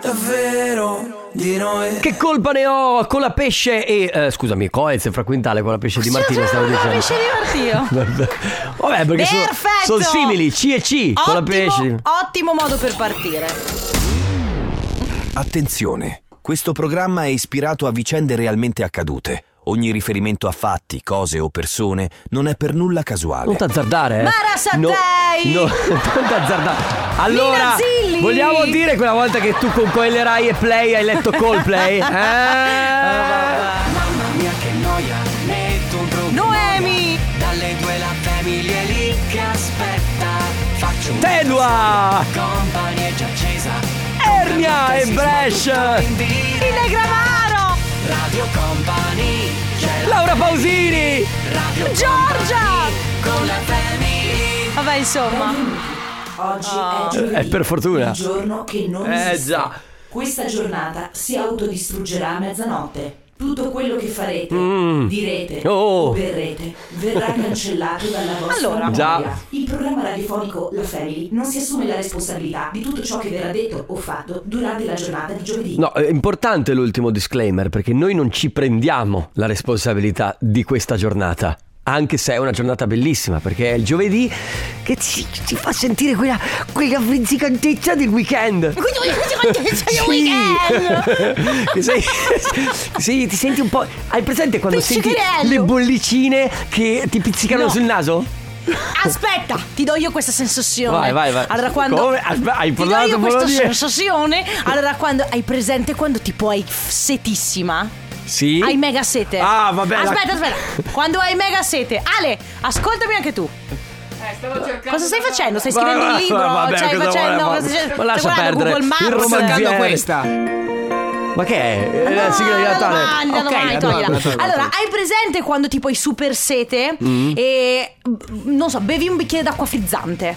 è vero di noi. Che colpa ne ho con la pesce e... eh, scusami, Coez e Fraquintale con la pesce di Martino stavo Sì, dicendo. pesce di Martino. Vabbè, perché sono, Perfetto! sono simili, C e C con la pesce. Ottimo, ottimo modo per partire. Attenzione, questo programma è ispirato a vicende realmente accadute. Ogni riferimento a fatti, cose o persone non è per nulla Non casuale. t'azzardare, eh. Mara Sattei! No, no, non t'azzardare. Allora, Mina Zilli! vogliamo dire quella volta che tu con quelle Rai e Play hai letto Coldplay? Eh? Noemi! Tedua! Ernia e Bresh! Ile Gramaro! Laura Pausini! Giorgia! Vabbè, insomma. Ah. Oggi è giovedì, Eh, per fortuna. un giorno che non Eh, esiste. già. Questa giornata si autodistruggerà a mezzanotte. Tutto quello che farete, direte Mm. Oh. o berrete verrà cancellato dalla vostra Allora. memoria. Già. Il programma radiofonico La Family non si assume la responsabilità di tutto ciò che verrà detto o fatto durante la giornata di giovedì. No, è importante l'ultimo disclaimer perché noi non ci prendiamo la responsabilità di questa giornata. Anche se è una giornata bellissima, perché è il giovedì che ci, ci fa sentire quella, quella frizzicantezza del weekend. Sì. Che sei- sì, ti senti un po'. Hai presente quando senti Pizzicarello. le bollicine che ti pizzicano No. sul naso? Aspetta, ti do io questa sensazione. Vai, vai, vai. Allora quando Come? Aspe- hai Ti do parlato, io volevo questa dire. sensazione. Allora quando hai presente quando tipo hai setissima? Sì. Hai mega sete. Ah, vabbè, la- Aspetta, aspetta. Quando hai mega sete. Ale, ascoltami anche tu. Cosa stai facendo? Stai Ma- scrivendo un ma- libro? vabbè, stai cosa facendo? vuole- cosa stai- ma lascia stai guardando perdere. Google Maps? Il romanziere. questa. Ma che è? È la No, Eh, sigla di la Natale. domanda, Ok, domanda, la toglila. domanda, toglila. Allora, hai presente quando tipo hai super sete e mm, non so, bevi un bicchiere d'acqua frizzante?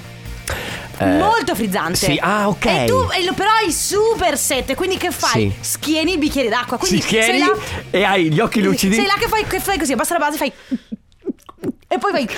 Molto frizzante. Eh, sì, ah, ok. E tu e lo- però hai super sete, quindi che Sì. fai? Schieni il bicchiere d'acqua, Sì, quindi sei schieri là e hai gli occhi lucidi. Sei là che fai, che fai così, abbassa la base, fai e poi fai che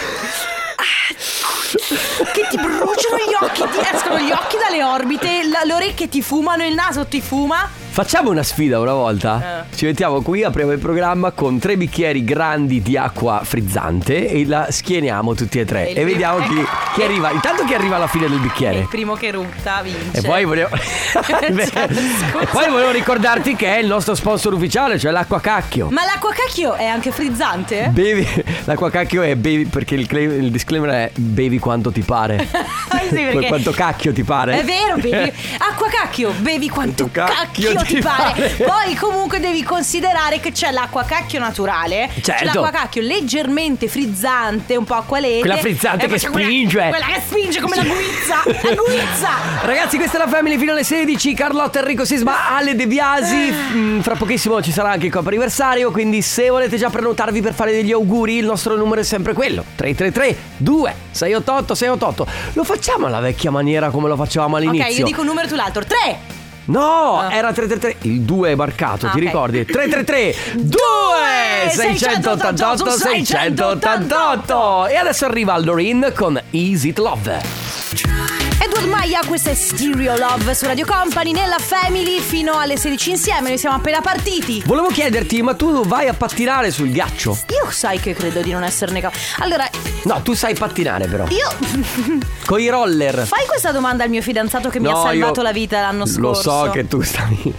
ti bruciano gli occhi, ti escono gli occhi dalle orbite, la- le orecchie ti fumano, il naso ti fuma. Facciamo una sfida una volta. Eh. Ci mettiamo qui, apriamo il programma con tre bicchieri grandi di acqua frizzante e la schieniamo tutti e tre. E E il- vediamo chi, chi arriva. Intanto chi arriva alla fine del È il bicchiere. primo che rutta vince. E poi, volevo... Beh, Cioè, scusa. e poi volevo ricordarti che è il nostro sponsor ufficiale, cioè l'acqua cacchio. Ma l'acqua cacchio è anche frizzante? Bevi, l'acqua cacchio è bevi perché il, claim- il disclaimer è bevi quanto ti pare. Sì, perché- Quanto cacchio ti pare. È vero, bevi acqua cacchio, bevi quanto Quanto cacchio cacchio, ti ti pare. pare. Poi comunque devi considerare che c'è l'acqua cacchio naturale, c'è Certo. l'acqua cacchio leggermente frizzante, un po' acqualete. Quella frizzante e poi che c'è quella- spinge. Quella, che spinge come la guizza, la guizza. Ragazzi, questa è la Family fino alle 16. Carlotta, Enrico Sisma, Ale De Biasi. Ah. Mm, Fra pochissimo ci sarà anche il copo anniversario. Quindi, se volete già prenotarvi per fare degli auguri, il nostro numero è sempre quello: 333-2688-688. Lo facciamo alla vecchia maniera come lo facevamo all'inizio. Ok, io dico un numero e tu l'altro. Tre. No, era 333. Il 2 è marcato, Ah, ti ok. ricordi? 333 2 688 688. E adesso arriva Lorin con Easy It Love. Edward Maia, questa è Stereo Love su Radio Company, nella Family fino alle 16 insieme, noi siamo appena partiti. Volevo chiederti, ma tu vai a pattinare sul ghiaccio? Io sai che credo di non esserne capace. Allora, No, tu sai pattinare però. io Con i roller. Fai questa domanda al mio fidanzato che mi No, ha salvato io- la vita l'anno scorso. Lo so che tu stavi,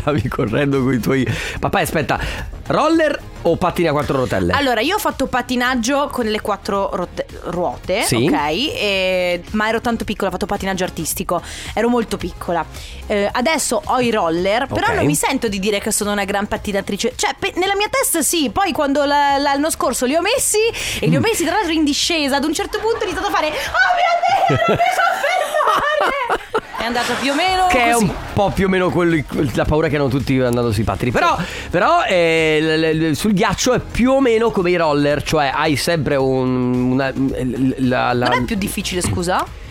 stavi correndo con i tuoi. Papà, aspetta, roller o pattini a quattro rotelle? Allora, io ho fatto patinaggio con le quattro rote- ruote, Sì. ok? E- ma ero tanto piccola, ho fatto patinaggio artistico, ero molto piccola. Eh, adesso ho i roller, però Ok. non mi sento di dire che sono una gran pattinatrice. Cioè, pe- nella mia testa sì, poi quando la- l'anno scorso li ho messi, e Mm. li ho messi tra l'altro in discesa, ad un certo punto ho iniziato a fare... Oh mio Dio, non mi so fermare! È andata più o meno Che è così. un po' più o meno quello- la paura che hanno tutti andando sui pattini. Però, però, eh, l- l- l- sul ghiaccio è più o meno come i roller, cioè hai sempre un. Una, l- l- la, la- Non è più difficile, scusa?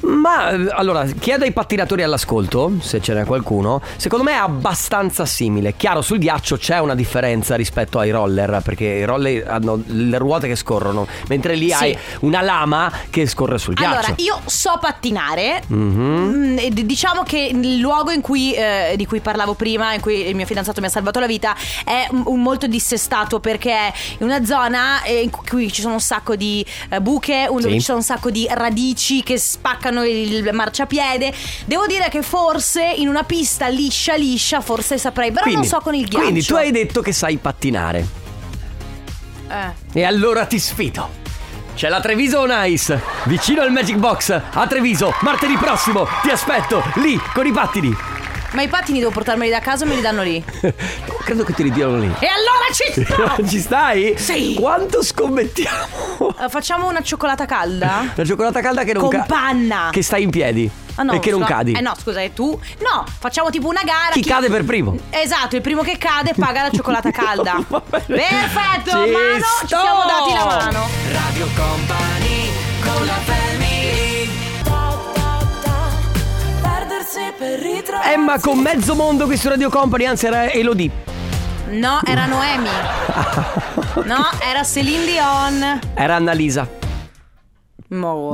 Ma eh, allora, chiedo ai pattinatori all'ascolto, se ce n'è qualcuno, secondo me è abbastanza simile. Chiaro, sul ghiaccio c'è una differenza rispetto ai roller, perché i roller hanno le ruote che scorrono, mentre lì Sì. hai una lama che scorre sul ghiaccio. Mhm. Allora, io so pattinare. Mm, e d- diciamo che il luogo in cui, eh, di cui parlavo prima, in cui il mio fidanzato mi ha salvato la vita, è un- un molto dissestato perché è in una zona eh, in cui ci sono un sacco di eh, buche, un- Sì. dove ci sono un sacco di radici che spaccano il marciapiede. Devo dire che forse in una pista liscia liscia, forse saprei, però non so con il ghiaccio. Quindi tu hai detto che sai pattinare. Eh. E allora ti sfido. C'è la Treviso On Ice, vicino al Magic Box, a Treviso, martedì prossimo. Ti aspetto lì con i pattini. Ma i pattini devo portarmeli da casa o me li danno lì? Credo che ti ridiano lì. E allora ci sto! Ci stai? Sì. Quanto scommettiamo? Eh, Facciamo una cioccolata calda? La cioccolata calda che non Con ca- panna. Che stai in piedi. Ah, no, e che non scusa. cadi. Eh no, scusa, e tu? No, facciamo tipo una gara. Chi cade per primo? Esatto, il primo che cade paga la cioccolata calda. Va bene. Perfetto, Ci mano, ci sto. siamo dati la mano. Radio Company con la Emma con mezzo mondo qui su Radio Company, anzi era Elodie. No, era Noemi. No, era Celine Dion. Era Annalisa. Mo.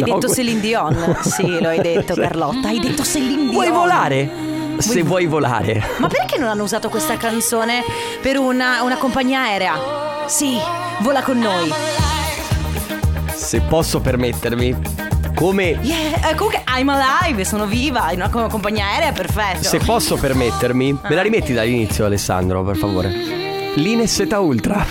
No, detto que- Celine Dion? Sì, lo hai detto, Carlotta. Hai detto Celine Dion. Vuoi volare? Se vuoi volare. Ma perché non hanno usato questa canzone per una, una compagnia aerea? Sì, vola con noi. Se posso permettermi. Come Yeah, eh, comunque I'm alive, sono viva, in una co- compagnia aerea, perfetto. se posso permettermi. Me la rimetti dall'inizio Alessandro, per favore. L'Ineseta Ultra.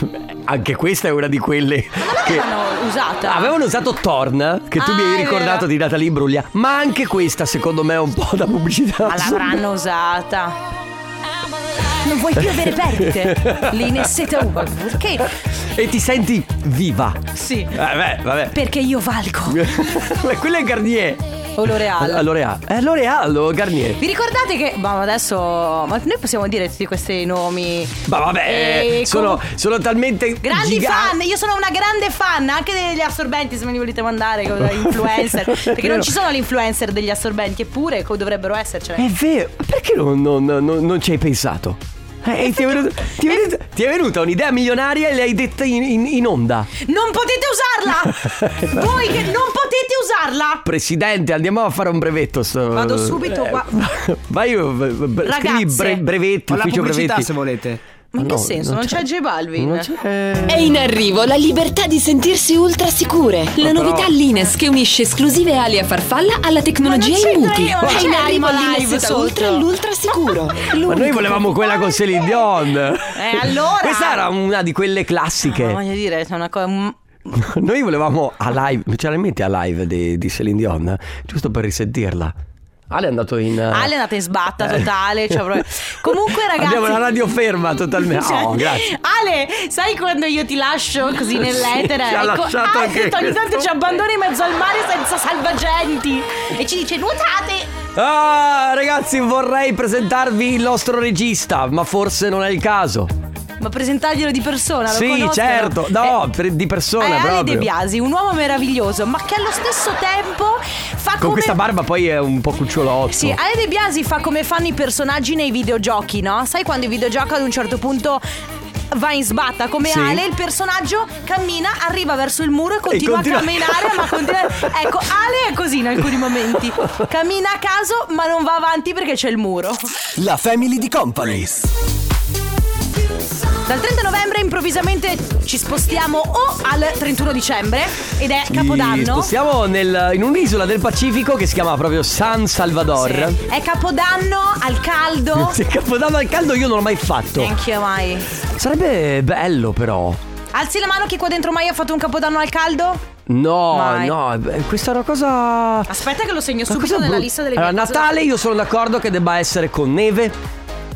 Anche questa è una di quelle che L'hanno usata. Avevano usato Torn, che tu Ah, mi hai è ricordato vero. di Natalie Imbruglia, ma anche questa secondo me è un po' da pubblicità. Ma l'avranno usata. Non vuoi più avere perdite. L'inesseta uva. Perché? E ti senti viva. Sì. Eh, beh, vabbè. Perché io valgo. Quello è Garnier. O L'Oreal. Allora L'Oreal. Eh, L'Oreal o Garnier. Vi ricordate che. Ma adesso. Ma noi possiamo dire tutti questi nomi. Ma vabbè, eh, E sono, comu- sono talmente Eh, Grandi giga- fan, io sono una grande fan anche degli assorbenti se me li volete mandare, come da influencer. Perché Vero. non ci sono gli influencer degli assorbenti, eppure co- dovrebbero essercene. È vero, perché non, non- non- non ci hai pensato? Eh, ti, è venuta, ti è venuta- ti è venuta un'idea milionaria e l'hai detta in- in- in onda. Non potete usarla! Voi che non potete usarla! Presidente, andiamo a fare un brevetto. sto- Eh, Vado subito qua. Vai, eh, b- b- Ragazze. scrivi bre- brevetti, Ho la ufficio pubblicità brevetti. se volete. Ma in che No, senso? Non c'è, J Balvin? Non c'è. È in arrivo la libertà di sentirsi ultra sicure. Oh. La novità Lines che unisce esclusive ali a farfalla alla tecnologia Ma non in c'entra buchi. io, non È in c'entra arrivo Live l'Ines sotto. ultra l'ultra sicuro. Ma noi volevamo quella con Celine Dion. Eh, allora! Questa era una di quelle Ma classiche. voglio dire, è una cosa. mm, Noi volevamo a live, ce la metti a live di, di Celine Dion? Giusto per risentirla. Ale è andato in. eh, Ale è andata in sbatta totale. cioè proprio- Comunque, ragazzi. Abbiamo la radio ferma totalmente. Cioè, Oh, grazie. Ale, sai quando io ti lascio così nell'etere? Ecco, Ci ha lasciato anche Ale, ogni tanto questo. ci abbandoni in mezzo al mare senza salvagenti e ci dice nuotate. Ah, ragazzi, vorrei presentarvi il nostro regista, ma forse non è il caso. Ma presentarglielo di persona, lo sì, conoscono? certo. No, Eh, per- di persona È Ale proprio. De Biasi, un uomo meraviglioso, ma che allo stesso tempo fa Con come questa barba poi è un po' cucciolotto. Sì, Ale De Biasi fa come fanno i personaggi nei videogiochi, no? Sai quando il videogioco ad un certo punto va in sbatta come Sì. Ale, il personaggio cammina, arriva verso il muro e continua, continua- a camminare, ma continua... Ecco, Ale è così in alcuni momenti. Cammina a caso, ma non va avanti perché c'è il muro. La Family di Company. Dal 30 novembre improvvisamente ci spostiamo o al 31 dicembre ed è Capodanno. Siamo in un'isola del Pacifico che si chiama proprio San Salvador. Sì. È Capodanno al caldo. Se Capodanno al caldo io non l'ho mai fatto. Neanche io mai. Sarebbe bello però. Alzi la mano chi qua dentro mai ha fatto un Capodanno al caldo? No, Mai. no, beh, questa è una cosa... una Aspetta che lo segno cosa subito nella brutta. lista delle Allora, mie cose da- Natale io sono d'accordo che debba essere con neve.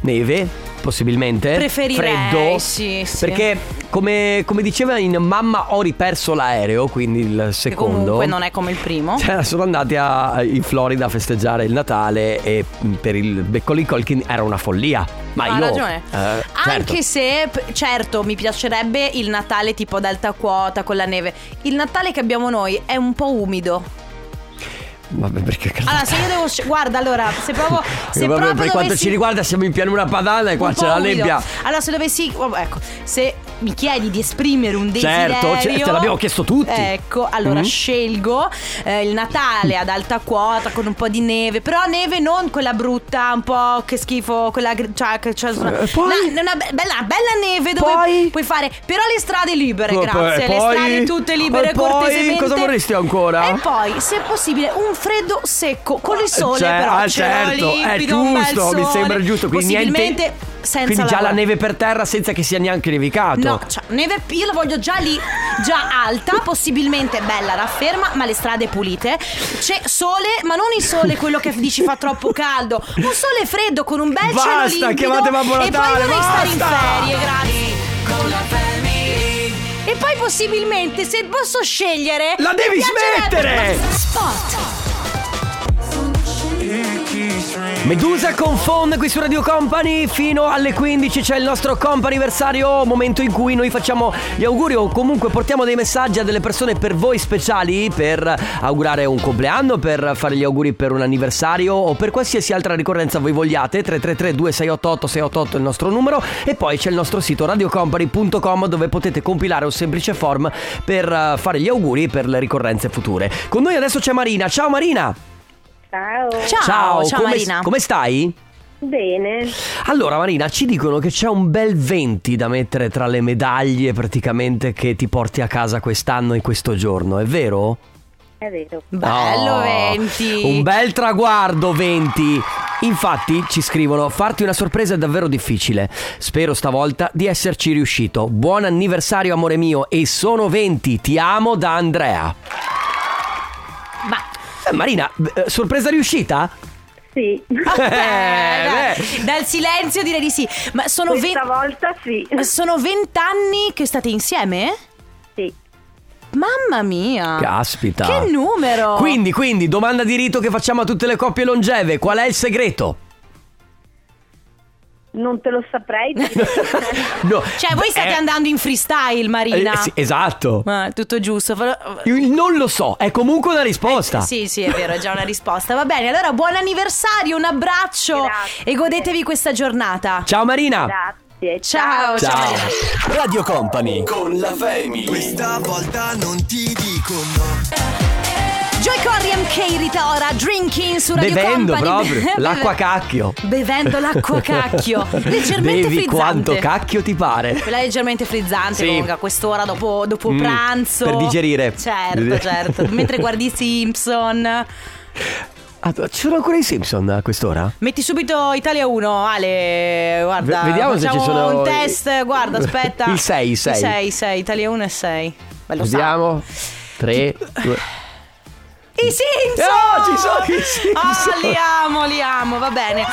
Neve, possibilmente. Preferirei, Freddo. sì, sì. Perché Come, come diceva in Mamma ho riperso l'aereo, quindi il Che secondo. comunque non è come il primo. Cioè, sono andati a- in Florida a festeggiare il Natale e mh, per il Beccolin Colkin era una follia. Ma Ha io ragione. eh, certo. Anche se, p- certo, mi piacerebbe il Natale tipo ad alta quota con la neve. Il Natale che abbiamo noi è un po' umido. Vabbè, perché cazzo. Allora, se io devo. sce- Guarda, allora, se proprio. Se Proprio proprio per quanto dovessi- ci riguarda siamo in pianura padana e qua un c'è po' la umido. nebbia. Allora, se dovessi. vabbè, Ecco, se mi chiedi di esprimere un desiderio. Certo, ce- te l'abbiamo chiesto tutti. Ecco, allora Mm. scelgo eh, il Natale ad alta quota con un po' di neve. Però neve non quella brutta, un po' che schifo, quella. gri- Cioè, che c'è una, Eh, poi? una- una be- bella, bella neve dove Poi? puoi fare. Però le strade libere, Poi- eh, grazie. le poi? strade tutte libere, E poi? cortesemente. Cosa vorresti ancora? E poi, se possibile, un freddo secco con il sole, Cioè, però. ah, cielo certo, è limpido, un bel giusto, mi sole, sembra giusto. Quindi possibilmente niente. senza quindi già la lava. neve per terra senza che sia neanche nevicato. No, cioè, neve, io la voglio già lì, già alta, possibilmente bella, rafferma, ma le strade pulite. C'è sole, ma non il sole quello che dici fa troppo caldo. Un sole freddo con un bel cielo Basta, limpido. chiamate Babbo E poi Natale, vorrei stare in basta! ferie, grazie. E poi possibilmente, se posso scegliere... La mi devi piacerebbe- smettere! Medusa con Fon qui su Radio Company fino alle 15 c'è il nostro comp'anniversario, momento in cui noi facciamo gli auguri o comunque portiamo dei messaggi a delle persone per voi speciali per augurare un compleanno, per fare gli auguri per un anniversario o per qualsiasi altra ricorrenza voi vogliate 333 2688 688 il nostro numero e poi c'è il nostro sito radiocompany.com dove potete compilare un semplice form per eh, fare gli auguri per le ricorrenze future. Con noi adesso c'è Marina. Ciao Marina. Ciao. Ciao, ciao, come- Marina. come stai? Bene. Allora Marina, ci dicono che c'è un bel 20 da mettere tra le medaglie praticamente che ti porti a casa quest'anno in questo giorno, è vero? È vero. Bello, Oh, 20. Un bel traguardo 20. Infatti ci scrivono farti una sorpresa è davvero difficile. Spero stavolta di esserci riuscito. Buon anniversario amore mio e sono 20, ti amo da Andrea. Ma... Eh, Marina, eh, sorpresa riuscita? Sì. Eh, vabbè, Ah, dai, beh. dal silenzio direi di sì. Ma sono ve- Questa volta sì. sono vent'anni che state insieme? Sì. Mamma mia! Caspita. Ah. Che numero! Quindi, quindi, domanda di rito che facciamo a tutte le coppie longeve, qual è il segreto? Non te lo saprei. No, Cioè, voi state eh, andando in freestyle, Marina. eh, sì, esatto. Ma tutto giusto. fa- Il non lo so, è comunque una risposta. Eh, Sì, sì, è vero, è già una risposta. Va bene, allora buon anniversario, un abbraccio Grazie. e godetevi questa giornata. Ciao Marina. Grazie. Ciao, ciao. Ciao. Marina. Radio Company con la family. Questa volta non ti dico no. Joy Corri MK Rita Ora, drinking su Radio Bevendo Company. proprio Beve- l'acqua cacchio. Bevendo l'acqua cacchio, leggermente Bevi frizzante. quanto cacchio ti pare. Quella leggermente frizzante Sì. comunque a quest'ora dopo, dopo Mm, pranzo. per digerire. Certo, certo. Mentre guardi i Simpson. Ah, ci sono ancora i Simpson a quest'ora? Metti subito Italia 1, Ale. Guarda, V- vediamo se facciamo ci sono un i- test. Guarda, aspetta. Il sei, il sei. 6, 6, Italia 1 e 6. Bello Vediamo. 3, 2. I Simpson! Oh, ci sono i Simpson! Oh, li amo, li amo, va bene.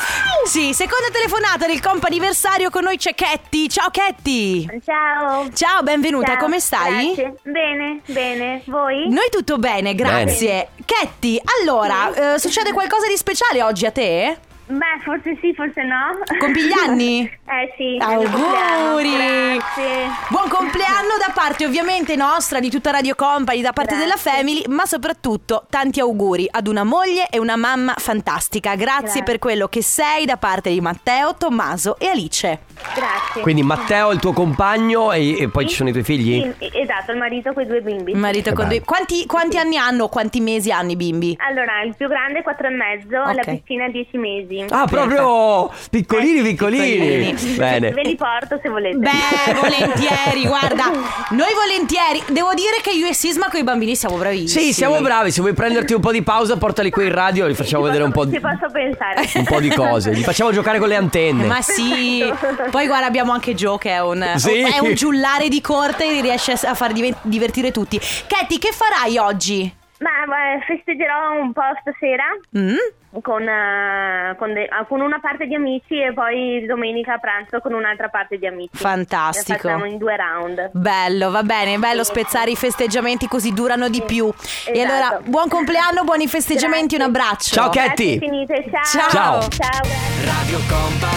Sì, seconda telefonata del comp anniversario con noi c'è Ketty. Ciao Ketty! Ciao. Ciao, benvenuta, Ciao, come stai? grazie. Bene, bene. Voi? Noi tutto bene, grazie. Ketty, allora, eh, succede qualcosa di speciale oggi a te? Beh, forse sì, forse no. Compi gli anni? eh sì. Auguri! Grazie. Buon compleanno da parte ovviamente nostra, di tutta Radio Company, da parte della Grazie. Family, ma soprattutto tanti auguri ad una moglie e una mamma fantastica. Grazie, Grazie. per quello che sei da parte di Matteo, Tommaso e Alice. Grazie. Quindi Matteo è il tuo compagno e, e poi ci sono i tuoi figli? Sì, esatto, il marito con i due bimbi. Il marito Che con bello. due. Quanti, quanti anni hanno? Quanti mesi hanno i bimbi? Allora, il più grande è 4 e mezzo, la Ok. piccina 10 mesi. Ah, proprio piccolini, piccolini. piccolini. Bene. Ve li porto se volete. Beh, volentieri, guarda, noi volentieri. Devo dire che io e Sisma con i bambini siamo bravissimi. Sì, siamo bravi. Se vuoi prenderti un po' di pausa, portali qui in radio e li facciamo Ci vedere un posso- po', di, Ci posso pensare. un po' di cose. Li facciamo giocare con le antenne. Eh, Ma sì, Perfetto. poi guarda abbiamo anche Joe che è un, Sì. è un giullare di corte e riesce a far diven- divertire tutti. Katy, che farai oggi? Ma eh, festeggerò un po' stasera Mm? con, eh, con, de- con una parte di amici e poi domenica a pranzo con un'altra parte di amici. Fantastico. Le Facciamo in due round. Bello, va bene, bello Sì. spezzare i festeggiamenti così durano di Sì, più. E esatto. allora, buon compleanno, buoni festeggiamenti, Grazie. un abbraccio. Ciao, Cat. Grazie Chetti. infinite, Ciao. Ciao. Ciao.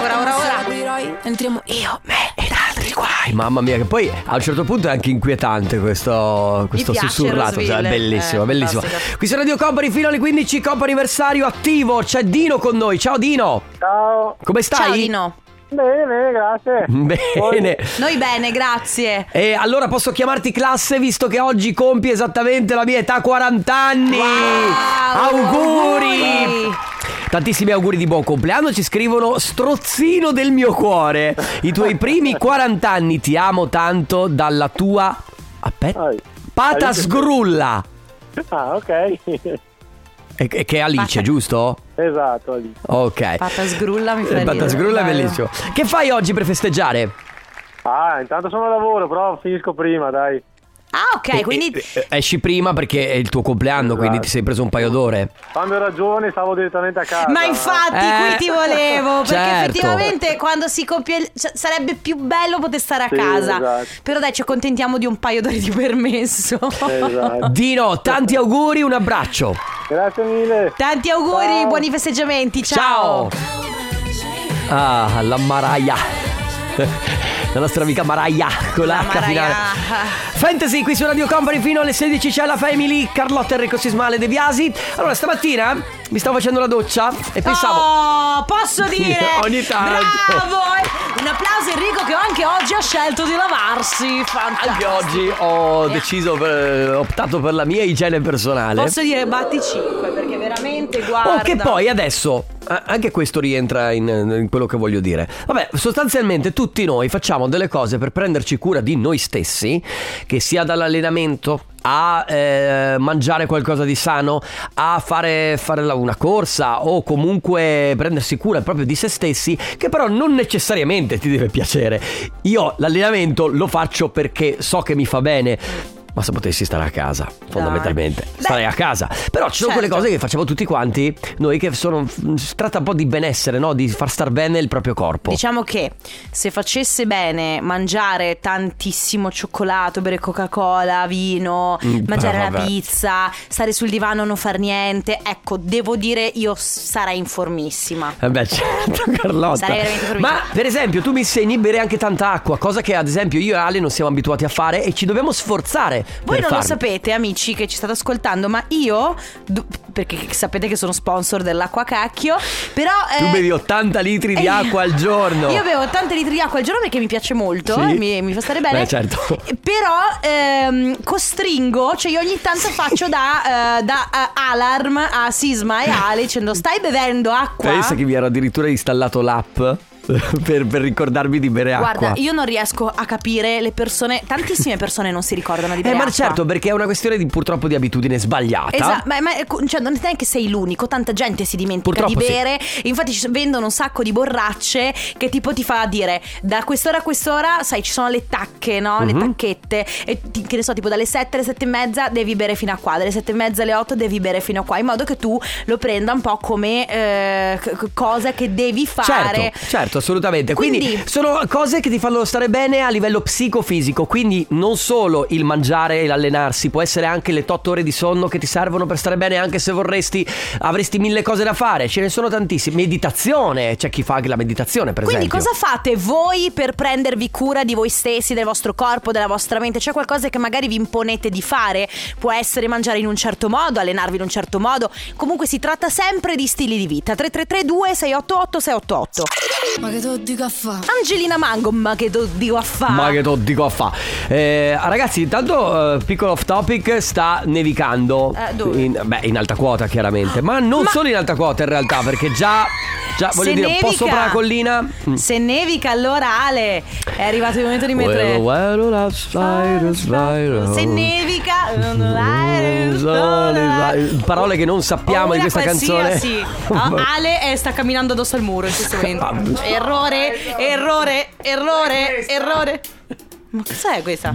Ora, ora, ora. Entriamo io, me ed altri qua. Ai, mamma mia, che poi a un certo punto è anche inquietante questo, questo piace sussurrato. Cioè, è Rosville, bellissimo, eh, bellissimo. fantastico. Qui su Radio Company fino alle 15, Coppa anniversario attivo. C'è Dino con noi. Ciao Dino, Ciao. come stai? Ciao Dino. Bene, grazie. Bene. Noi bene, grazie. E allora posso chiamarti classe visto che oggi compi esattamente la mia età 40 anni. Wow, auguri! auguri! Tantissimi auguri di buon compleanno, ci scrivono strozzino del mio cuore. I tuoi primi 40 anni ti amo tanto dalla tua aspetta, Poi- pata Alice- sgrulla. Ah, ok. E- e che è Alice, Pata- giusto? esatto, lì. Ok. Pata sgrulla mi fa Eh, ridere. Pata sgrulla è Bello. bellissimo. Che fai oggi per festeggiare? Ah, intanto sono a lavoro, però finisco prima, dai. Ah, ok, E- quindi e- e- esci prima perché è il tuo compleanno, quindi ti sei preso un paio d'ore. Quando ho ragione stavo direttamente a casa. Ma infatti Eh, qui ti volevo Perché certo. effettivamente quando si compie il- cioè, Sarebbe più bello poter stare a Sì, casa esatto. Però dai ci accontentiamo di un paio d'ore di permesso Esatto. Dino, tanti auguri, un abbraccio. Grazie mille. Tanti auguri, Ciao. buoni festeggiamenti Ciao, Ah, la Maraia. La nostra amica Maraia con la, La H finale. Maraia. Fantasy qui su Radio Company fino alle 16 c'è la Family, Carlotta Enrico Sismale De Biasi. Allora, stamattina mi stavo facendo la doccia e pensavo Oh, posso dire Ogni tanto. Bravo eh. Un applauso Enrico che anche oggi ha scelto di lavarsi Fantastico anche oggi ho deciso per- ho optato per la mia igiene personale. Posso dire batti 5 perché veramente guarda Oh, che poi adesso a- anche questo rientra in, in quello che voglio dire. Vabbè, sostanzialmente tutti noi facciamo delle cose per prenderci cura di noi stessi, che sia dall'allenamento a eh, mangiare qualcosa di sano, a fare, fare la- una corsa o comunque prendersi cura proprio di se stessi, che però non necessariamente ti deve piacere. Io l'allenamento lo faccio perché so che mi fa bene. Ma se potessi stare a casa, fondamentalmente, Beh. starei a casa. Però ci sono quelle Certo. cose che facciamo tutti quanti, noi che sono. mm, Si tratta un po' di benessere, no? Di far star bene il proprio corpo. Diciamo che se facesse bene mangiare tantissimo cioccolato, bere Coca-Cola, vino, Mm, mangiare però la vabbè. pizza, stare sul divano non far niente, ecco, devo dire io sarei informissima. Eh Beh, certo, Carlotta. Sarei veramente furbica. Ma per esempio, tu mi insegni a bere anche tanta acqua, cosa che ad esempio io e Ale non siamo abituati a fare e ci dobbiamo sforzare. Voi per non farlo. lo sapete, amici che ci state ascoltando, ma io, du- perché sapete che sono sponsor dell'acqua cacchio, però... Tu eh, bevi 80 litri di acqua al giorno. Io bevo 80 litri di acqua al giorno perché mi piace molto Sì. e mi, mi fa stare bene. Beh, certo. Eh, Però ehm, costringo, cioè io ogni tanto faccio da, eh, da, eh, alarm a Sisma e Ale dicendo stai bevendo acqua. Pensa che mi ero addirittura installato l'app per, per ricordarmi di bere acqua. Guarda, io non riesco a capire le persone, tantissime persone non si ricordano di Eh, bere ma acqua. certo, perché è una questione di, purtroppo di abitudine sbagliata. Esatto, ma, ma, cioè, non è che sei l'unico, tanta gente si dimentica Purtroppo di sì. bere. Infatti ci vendono un sacco di borracce che tipo ti fa dire da quest'ora a quest'ora, sai, ci sono le tacche, no? Mhm. Le tacchette. E ti- che ne so, tipo dalle 7 alle 7 e mezza devi bere fino a qua, dalle 7 e mezza alle 8 devi bere fino a qua, in modo che tu lo prenda un po' come eh, c- c- cosa che devi fare. Certo, certo, assolutamente. Quindi, Quindi- sono cose che ti fanno stare bene a livello psicofisico. Quindi non solo il mangiare e l'allenarsi, può essere anche le 8 ore di sonno che ti servono per stare bene, anche se vorresti, avresti mille cose da fare. Ce ne sono tantissime. Meditazione, c'è chi fa anche la meditazione, per Quindi esempio. cosa fate voi per prendervi cura di voi stessi, del vostro corpo, della vostra mente? C'è qualcosa che magari vi imponete di fare? Può essere mangiare in un certo modo, allenarvi in un certo modo. Comunque si tratta sempre di stili di vita. 3332 688 688. Ma che tu dica fa? Angelina Mango, ma che do dico a fa? Ma che to dico a fa. Eh, ragazzi, intanto eh, piccolo off topic sta nevicando. Eh, dove? In, beh, in alta quota chiaramente, ma non Ma- solo in alta quota in realtà, perché già già voglio Se dire un po' nevica- sopra la collina. Mm. Se nevica allora Ale è arrivato il momento di Well, mettere well, that's virus, virus. Se nevica Mm, Parole che non sappiamo in Oh, Una questa canzone. qualsiasi. Ah, Ale eh, sta camminando addosso al muro in questo momento. Ah, E errore, errore, errore, errore. Ma cos'è questa?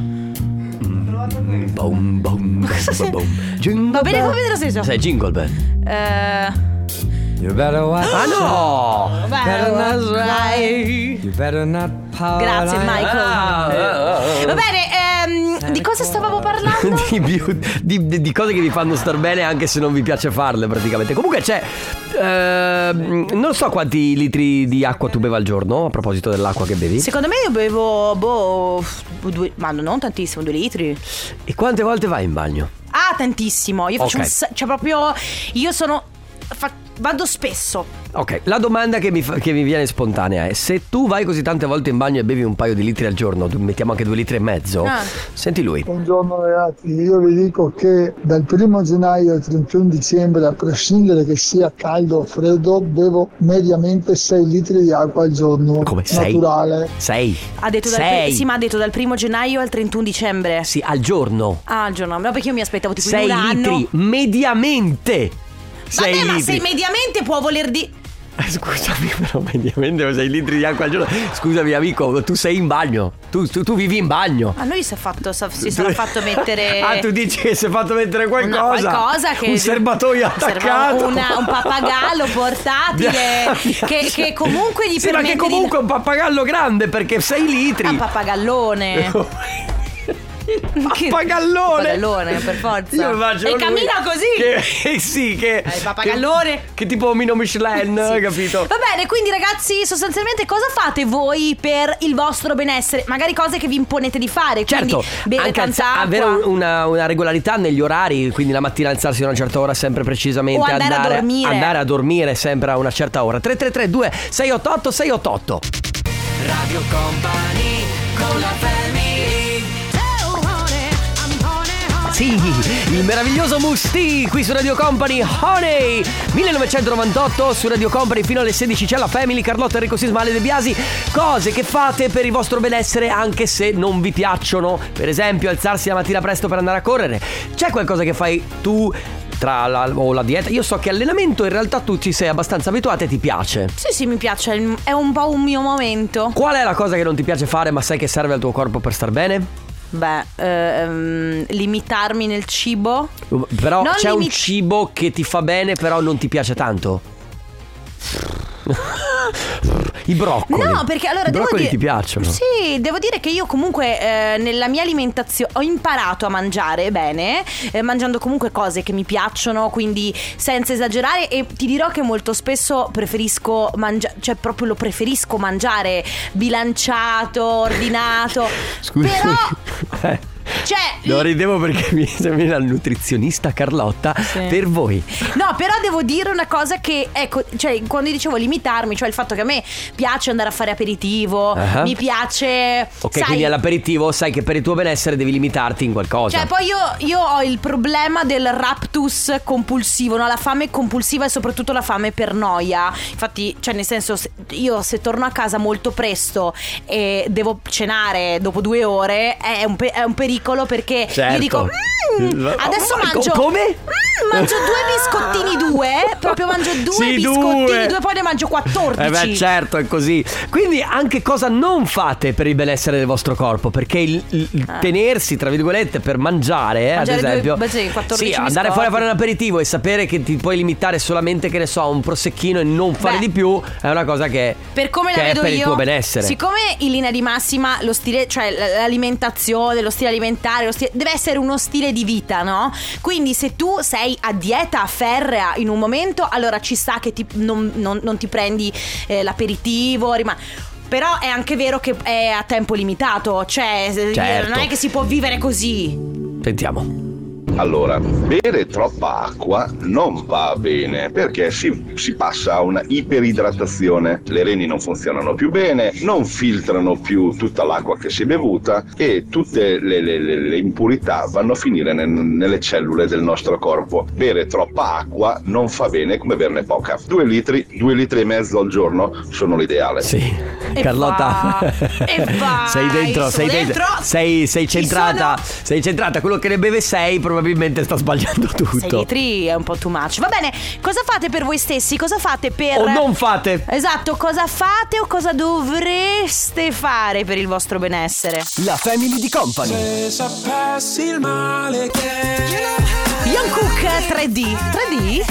Boom, boom, boom, boom. Jingle Va bene, bell. come vedrà senso. Sai, jingle bell. Eh, You better watch Ah no! You better not power Grazie line. Michael. ah, Va bene, Eh, ehm, di ecco. cosa stavamo parlando? di, beauty- di- di- di cose che vi fanno star bene anche se non vi piace farle praticamente. Comunque c'è... ehm, non so quanti litri di acqua tu bevi al giorno a proposito dell'acqua che bevi. Secondo me io bevo, boh, due- ma non tantissimo, due litri. E quante volte vai in bagno? Ah, tantissimo. Io faccio Ok. un sa- Cioè, proprio. Io sono. fa- vado spesso. Ok, la domanda che mi, fa- che mi viene spontanea è: se tu vai così tante volte in bagno e bevi un paio di litri al giorno, tu- mettiamo anche due litri e mezzo, Ah. senti lui. Buongiorno ragazzi, io vi dico che dal 1 gennaio al 31 dicembre, a prescindere che sia caldo o freddo, bevo mediamente 6 litri di acqua al giorno. Come sei? naturale. Sei. Ha detto dal, Sei. sì, ma ha detto dal primo gennaio al 31 dicembre. Sì, al giorno. Ah, il giorno. No, perché io mi aspettavo tipo in 6 un anno. litri, mediamente. Vabbè, 6 ma litri. se mediamente può voler dire. Scusami, però mediamente 6 litri di acqua al giorno. Scusami, amico, tu sei in bagno. Tu, tu- tu vivi in bagno. A noi si è Ah, fatto. sa- Si sarà fatto mettere. Ah, tu dici che si è fatto mettere una- qualcosa. qualcosa che Un serbatoio attaccato. una- un pappagallo portatile che, che comunque gli sì, ma permette che comunque è di un pappagallo grande perché 6 litri. Ah, un pappagallone Oh. Che- Pappagallone Pappagallone, per forza. Io immagino E lui cammina così. che- eh sì che il pappagallone. Che, che tipo omino Michelin Sì. Capito Va bene, quindi ragazzi, sostanzialmente cosa fate voi per il vostro benessere? Magari cose che vi imponete di fare, quindi Certo, bere anche tanta alza- acqua. avere un- una, una regolarità negli orari, quindi la mattina alzarsi a una certa ora sempre precisamente, O andare a dormire. andare a dormire sempre a una certa ora. 3332 688 688. Radio Company con la Sì, il meraviglioso Musti qui su Radio Company Honey 1998 su Radio Company fino alle 16 c'è la Family Carlotta Enrico Sisma Ale De Biasi cose che fate per il vostro benessere anche se non vi piacciono per esempio alzarsi la mattina presto per andare a correre c'è qualcosa che fai tu tra la, o la dieta io so che allenamento in realtà tu ci sei abbastanza abituata e ti piace Sì, sì, mi piace, è un- è un po' un mio momento. qual è la cosa che non ti piace fare ma sai che serve al tuo corpo per star bene? Beh, ehm, limitarmi nel cibo. Però Non c'è un limit- cibo che ti fa bene, però non ti piace tanto. I broccoli. No, perché allora I devo broccoli dire ti piacciono. Sì, devo dire che io comunque eh, nella mia alimentazione ho imparato a mangiare bene, eh, mangiando comunque cose che mi piacciono, quindi senza esagerare e ti dirò che molto spesso preferisco mangiare, cioè proprio lo preferisco mangiare bilanciato, ordinato. Scusi. Però Eh, cioè No, ridevo perché mi sembra la nutrizionista Carlotta per voi. No, però devo dire una cosa che, ecco, cioè, quando dicevo limitarmi, cioè il fatto che a me piace andare a fare aperitivo, Ah. mi piace... Ok, sai, quindi all'aperitivo sai che per il tuo benessere devi limitarti in qualcosa. Cioè, poi io, io ho il problema del raptus compulsivo, no? La fame compulsiva e soprattutto la fame per noia. Infatti, cioè, nel senso, se- io se torno a casa molto presto e devo cenare dopo due ore, è un, pe- è un pericolo perché Certo. io dico. "Mm, Ma- adesso ma co- mangio. come? "Mm, mangio due biscottini, due. eh, Proprio mangio due Sì, due. biscottini, due, poi ne mangio 14. Eh beh, certo, è così. Quindi anche cosa non fate per il benessere del vostro corpo? Perché il, il- il tenersi, tra virgolette, per mangiare, eh, ad Ah. Mangiare due- esempio, beh, sì, 14 sì, andare biscotti. fuori a fare un aperitivo e sapere che ti puoi limitare solamente, che ne so, a un prosecchino e non fare Beh. di più, è una cosa che, Per come che la è vedo per io, il tuo benessere. siccome in linea di massima lo stile, cioè l- l'alimentazione, lo stile alimentare, lo stile- deve essere uno stile di vita, no? Quindi se tu sei a dieta ferrea in un momento, allora ci sta che ti- non, non- non ti prendi eh, l'aperitivo, rima- Però è anche vero che è a tempo limitato, cioè se- Certo. non è che si può vivere così. Sentiamo. Allora, bere troppa acqua non va bene perché si, si passa a una iperidratazione, le reni non funzionano più bene, non filtrano più tutta l'acqua che si è bevuta e tutte le, le- le- le impurità vanno a finire nel- nelle cellule del nostro corpo. Bere troppa acqua non fa bene come berne poca. Due litri, due litri e mezzo al giorno sono l'ideale. Sì. E Carlotta, vai, e vai, sei dentro, sono sei dentro, dentro. sei, sei Ci centrata, sei centrata, quello che ne beve sei, probabilmente probabilmente sta sbagliando tutto. 6 litri è un po' too much. Va bene, cosa fate per voi stessi? Cosa fate per. O non fate. Esatto, cosa fate o cosa dovreste fare per il vostro benessere? La family di company. Young Cook 3D. 3D?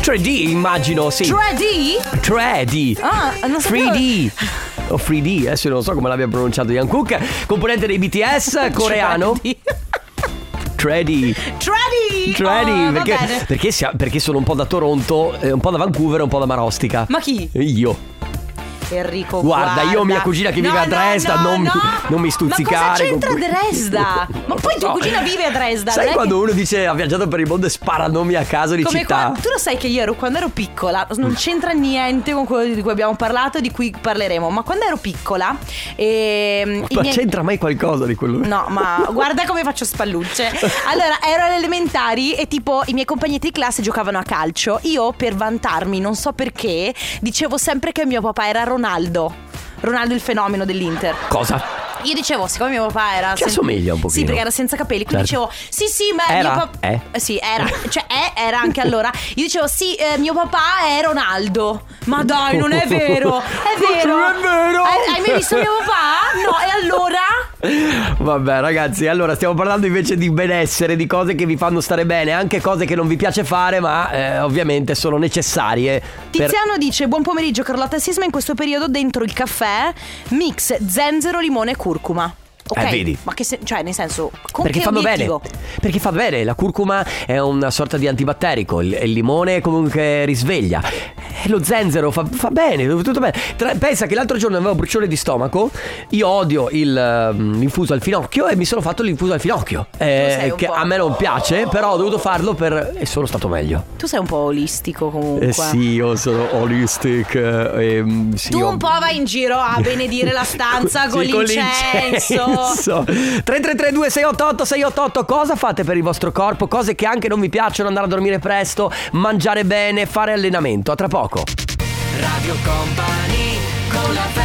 3D immagino, sì. Cioè, 3D? 3D. Ah, non sapevo. 3D. O 3D, Oh, adesso non so come l'abbia pronunciato Ian Cook, componente dei BTS coreano. Cioè, 3D. 3D! 3D, Oh, va Cioè, perché, bene. perché sia- perché sono un po' da Toronto, eh, un po' da Vancouver, un po' da Marostica. Ma chi? Io. Enrico. Guarda, io ho mia cugina che No, vive a no, Dresda, no, non, no. non mi stuzzicare. Ma cosa c'entra con- Dresda? Ma poi tua No. cugina vive a Dresda. non è Sai che- quando uno dice ha viaggiato per il mondo e spara nomi a caso di Come città? Mm. qua- tu lo sai che io ero quando ero piccola, non c'entra niente con quello di cui abbiamo parlato, e di cui parleremo, ma quando ero piccola... ehm, i Ma miei- c'entra mai qualcosa di quello? No, ma guarda come faccio spallucce. Allora, ero alle elementari e tipo i miei compagni di classe giocavano a calcio. Io, per vantarmi, non so perché, dicevo sempre che mio papà era Ronaldo. Ronaldo il fenomeno dell'Inter. Cosa? Io dicevo, siccome mio papà era. Ci assomiglia un pochino. Sì, perché era senza capelli. Quindi Certo. dicevo, sì, sì, ma Era? mio papà. È? Eh, Sì, era. Cioè, è, era anche allora. Io dicevo, sì, eh, mio papà è Ronaldo. Ma dai, non è vero. È vero. Non è vero. Hai, hai mai visto mio papà? No, e allora? Vabbè ragazzi, allora stiamo parlando invece di benessere, di cose che vi fanno stare bene, anche cose che non vi piace fare ma eh, ovviamente sono necessarie. per- Tiziano dice buon pomeriggio Carlotta e Sisma in questo periodo dentro il caffè mix zenzero, limone e curcuma. Ok, Eh, vedi. ma che se- cioè nel senso con Perché che fanno obiettivo? bene. Perché fa bene, la curcuma è una sorta di antibatterico, il, il limone comunque risveglia. E lo zenzero fa, fa bene, tutto bene. Tra- pensa che l'altro giorno avevo bruciore di stomaco, io odio il, ehm, l'infuso al finocchio e mi sono fatto l'infuso al finocchio. eh, sei un che po'. a me non piace, però ho dovuto farlo per... e sono stato meglio. Tu sei un po' olistico comunque. Eh sì, io sono holistic. eh, ehm, sì, Tu ho- un po' vai in giro a benedire la stanza Sì, con, l'incenso. 3332 688 688 Cosa fate per il vostro corpo? Cose che anche non vi piacciono Andare a dormire presto Mangiare bene Fare allenamento A tra poco Radio Company Con la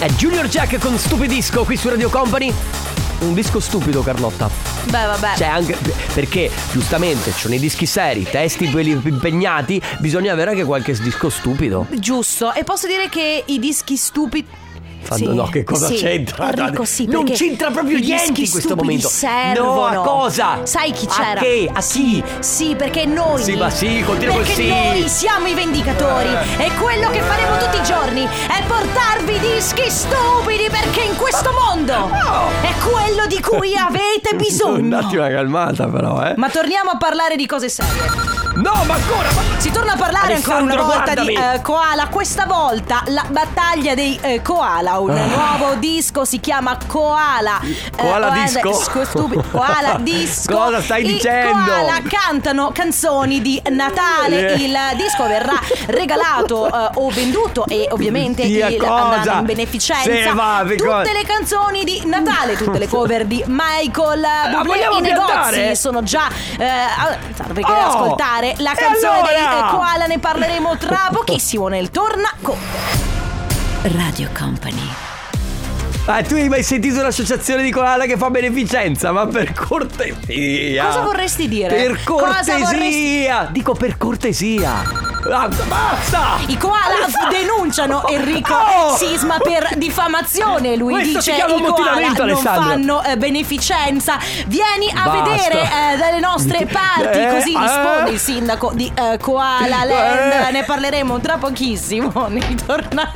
È Junior Jack con Stupidisco Qui su Radio Company Un disco stupido Carlotta Beh, vabbè. cioè anche perché giustamente ci sono i dischi seri, testi quelli più impegnati, bisogna avere anche qualche disco stupido. Giusto, e posso dire che i dischi stupidi. Fanno- no, che cosa c'entra? Enrico, sì, Non perché c'entra proprio i niente dischi in questo stupidi momento. Servono. No, a cosa? Sai chi A c'era? che? A chi? Sì, perché noi. Sì, ma sì, continua col perché sì. noi siamo i vendicatori. E quello che faremo tutti i giorni è portarvi i dischi stupidi perché in questo mondo Oh. è quello di cui avete Un bisogno. attimo calmata però, eh. Ma torniamo a parlare di cose serie. No, ma ancora! ma- Si torna a parlare Alessandro, ancora una volta guardami. di eh, Koala, questa volta la battaglia dei eh, Koala, Ah. un nuovo disco si chiama Koala. Eh, Koala disco? scu- stupido, koala Disco. Cosa stai I dicendo? Koala cantano canzoni di Natale, Eh. il disco verrà regalato eh, o venduto e ovviamente Via il, cosa? andranno in beneficenza Se va, per co- tutte le canzoni di Natale, tutte le cover di Michael Bublé, Eh, vogliamo i negozi piantare? sono già eh, a- potete Oh! ascoltare la E canzone allora? dei eh, Koala ne parleremo tra pochissimo nel Torna Conte. Radio Company. Ah, tu hai mai sentito un'associazione di Colala che fa beneficenza? Ma per cortesia! Cosa vorresti dire? Per Cosa cortesia! vorresti- Dico per cortesia! Ah, Basta! I koala f- denunciano Enrico Oh! Sisma per diffamazione. Lui Questo si dice chiama i koala mutinamento, non Alessandro." fanno eh, beneficenza. Vieni a Basta. vedere eh, dalle nostre parti, Eh, così eh. risponde il sindaco di eh, Koala Land. Ne parleremo tra pochissimo nel Torna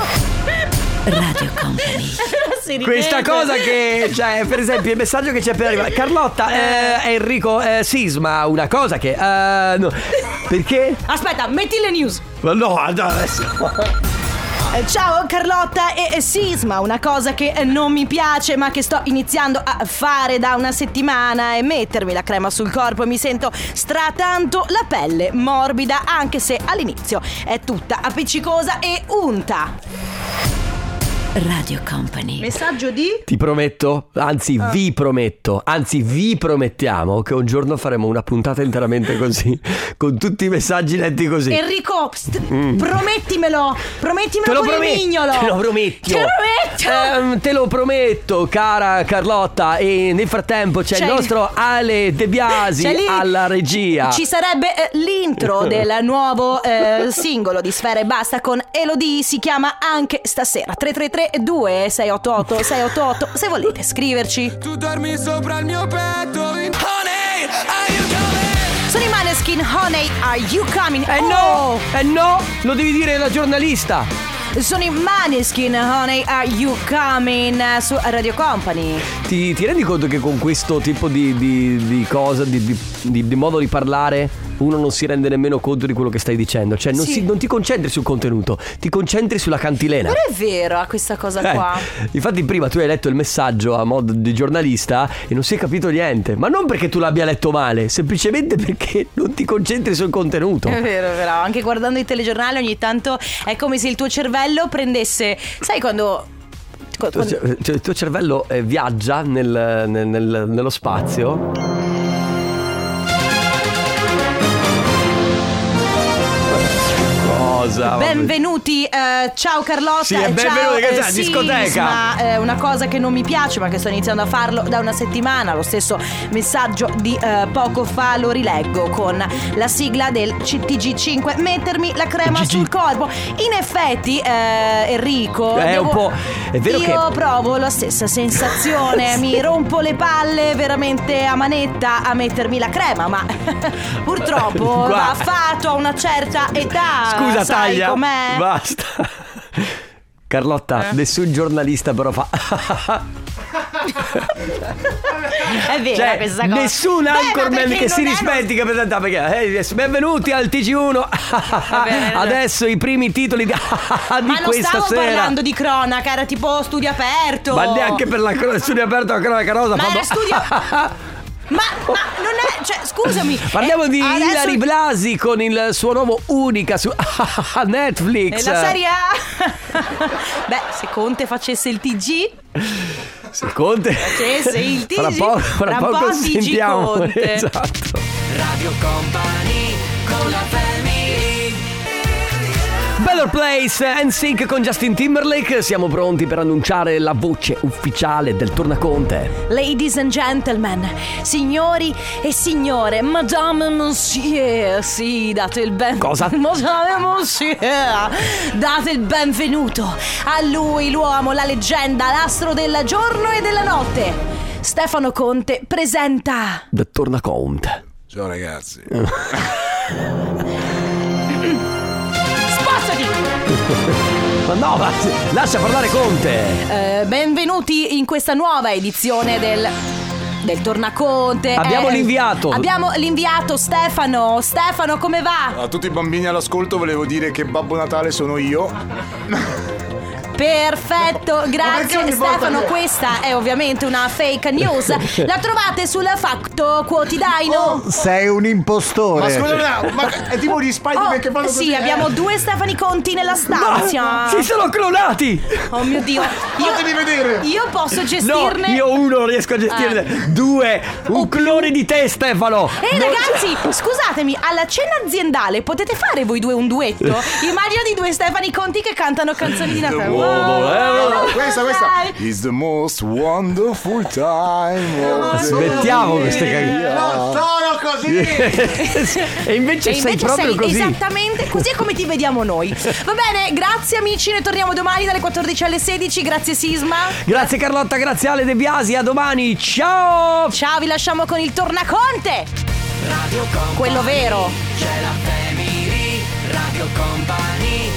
Conte. Radio Company. Si ripete. Questa cosa che, cioè, per esempio, il messaggio che c'è per arrivare. Carlotta, eh, Enrico, eh, Sisma, una cosa che. eh, no. Perché? Aspetta, metti le news. Ma No, adesso. Eh, Ciao Carlotta e e Sisma, una cosa che eh, non mi piace ma che sto iniziando a fare da una settimana è mettermi la crema sul corpo e mi sento stratanto la pelle morbida anche se all'inizio è tutta appiccicosa e unta. Radio Company. Messaggio di... Ti prometto, anzi Ah. vi prometto, anzi vi promettiamo che un giorno faremo una puntata interamente così, con tutti i messaggi letti così. Enrico, st- Mm. promettimelo, promettimelo Te lo pure prometto, Mignolo. te lo prometto. Te lo prometto. Ehm, te lo prometto, cara Carlotta. E nel frattempo c'è, C'è il il- nostro Ale De Biasi C'è Cioè, lì- alla regia. Ci sarebbe eh, l'intro del nuovo eh, singolo di Sfera e Basta con Elodie, si chiama anche stasera 333 2688 688 se volete scriverci. Tu dormi sopra il mio petto in... Honey, Sono i Maneskin Honey, are you coming? Eh no, eh no, lo devi dire la giornalista. Oh, Sono i Maneskin Honey, are you coming eh, su Radio Company. Ti, ti rendi conto che con questo tipo di, di- di cosa, di, di- di- di modo di parlare, uno non si rende nemmeno conto di quello che stai dicendo? Cioè, non, Sì. si- non ti concentri sul contenuto, ti concentri sulla cantilena. Però è vero ha questa cosa Eh, qua. infatti prima tu hai letto il messaggio a modo di giornalista e non si è capito niente, ma non perché tu l'abbia letto male, semplicemente perché non ti concentri sul contenuto. È vero, però anche guardando i telegiornali ogni tanto è come se il tuo cervello prendesse. Sai quando. Cioè, quando- cioè, il tuo cervello eh, viaggia nel- nel- nel- nello spazio. Cosa? vabbè. Benvenuti, eh, ciao Carlotta. Sì, e benvenuti, ciao, eh, che c'è, discoteca. Ma eh, una cosa che non mi piace, ma che sto iniziando a farlo da una settimana. Lo stesso messaggio di eh, poco fa lo rileggo con la sigla del CTG5. Mettermi la crema sul corpo. In effetti, eh, Enrico, Eh, devo- un po'. È vero io che- provo la stessa sensazione. Mi rompo le palle veramente a manetta a mettermi la crema, ma purtroppo Guarda. va fatto a una certa età. Scusa, sai taglia. com'è? Eh. Basta. Carlotta, nessun giornalista però fa... È vera Cioè, questa cosa. nessun Beh, ma anchorman perché che si non è- rispetti che presenta perché eh, benvenuti al TG1. Adesso i primi titoli di, di Ma non questa stavo sera. parlando di cronaca, era tipo studio aperto. Ma neanche per la cro- studio aperto a cronaca rosa. Certo. Ma fa- era studio. ma, ma non è. Cioè, scusami. Parliamo eh, di adesso- Ilari Blasi con il suo nuovo Unica su Netflix. Nella Serie A. Beh, se Conte facesse il TG, Se Conte. facesse il TG. Fra poco, fra tra un poco po' TG sentiamo. Conte. Esatto. Radio Company con la family. Better Place NSYNC con Justin Timberlake. Siamo pronti per annunciare la voce ufficiale del Tornaconte. Ladies and gentlemen, signori e signore, madame e monsieur, sì, date il ben... Cosa? Madame e monsieur, date il benvenuto a lui, l'uomo, la leggenda, l'astro del giorno e della notte. Stefano Conte presenta... Del Tornaconte. Ciao ragazzi. Spostati! Ma no, ma lascia parlare Conte. Eh, benvenuti in questa nuova edizione del... Del tornaconte. Eh, Abbiamo l'inviato. Abbiamo l'inviato Stefano. Stefano, come va? A tutti i bambini all'ascolto volevo dire che Babbo Natale sono io. Perfetto, grazie ogni volta Stefano. che- Questa è ovviamente una fake news. La trovate sul Fatto Oh, Quotidiano. Sei un impostore. Ma scusa, no, ma è tipo gli Spider-Man Oh, che fanno sì, così. eh. abbiamo due Stefani Conti nella stanza. Si sono clonati. Oh mio dio, Fatemi vedere. io posso gestirne. No, io uno non riesco a gestire. Due, un clone di te, Stefano. Ehi Non- Eh, ragazzi, cioè. scusatemi, alla cena aziendale potete fare voi due un duetto? Immagino di due Stefani Conti che cantano canzoni di Natale. Cioè, eh, questa, questa. It's the most wonderful time. of Ma the smettiamo year. queste cagate. No, sono e invece E Cioè, sei proprio sei così. Esattamente così è come ti vediamo noi. Va bene, grazie amici, noi torniamo domani dalle 14 alle 16. Grazie Sisma. Grazie Carlotta, grazie Ale De Biasi, a domani, ciao! Ciao, vi lasciamo con il tornaconte. Quello vero. C'è la family, Radio Company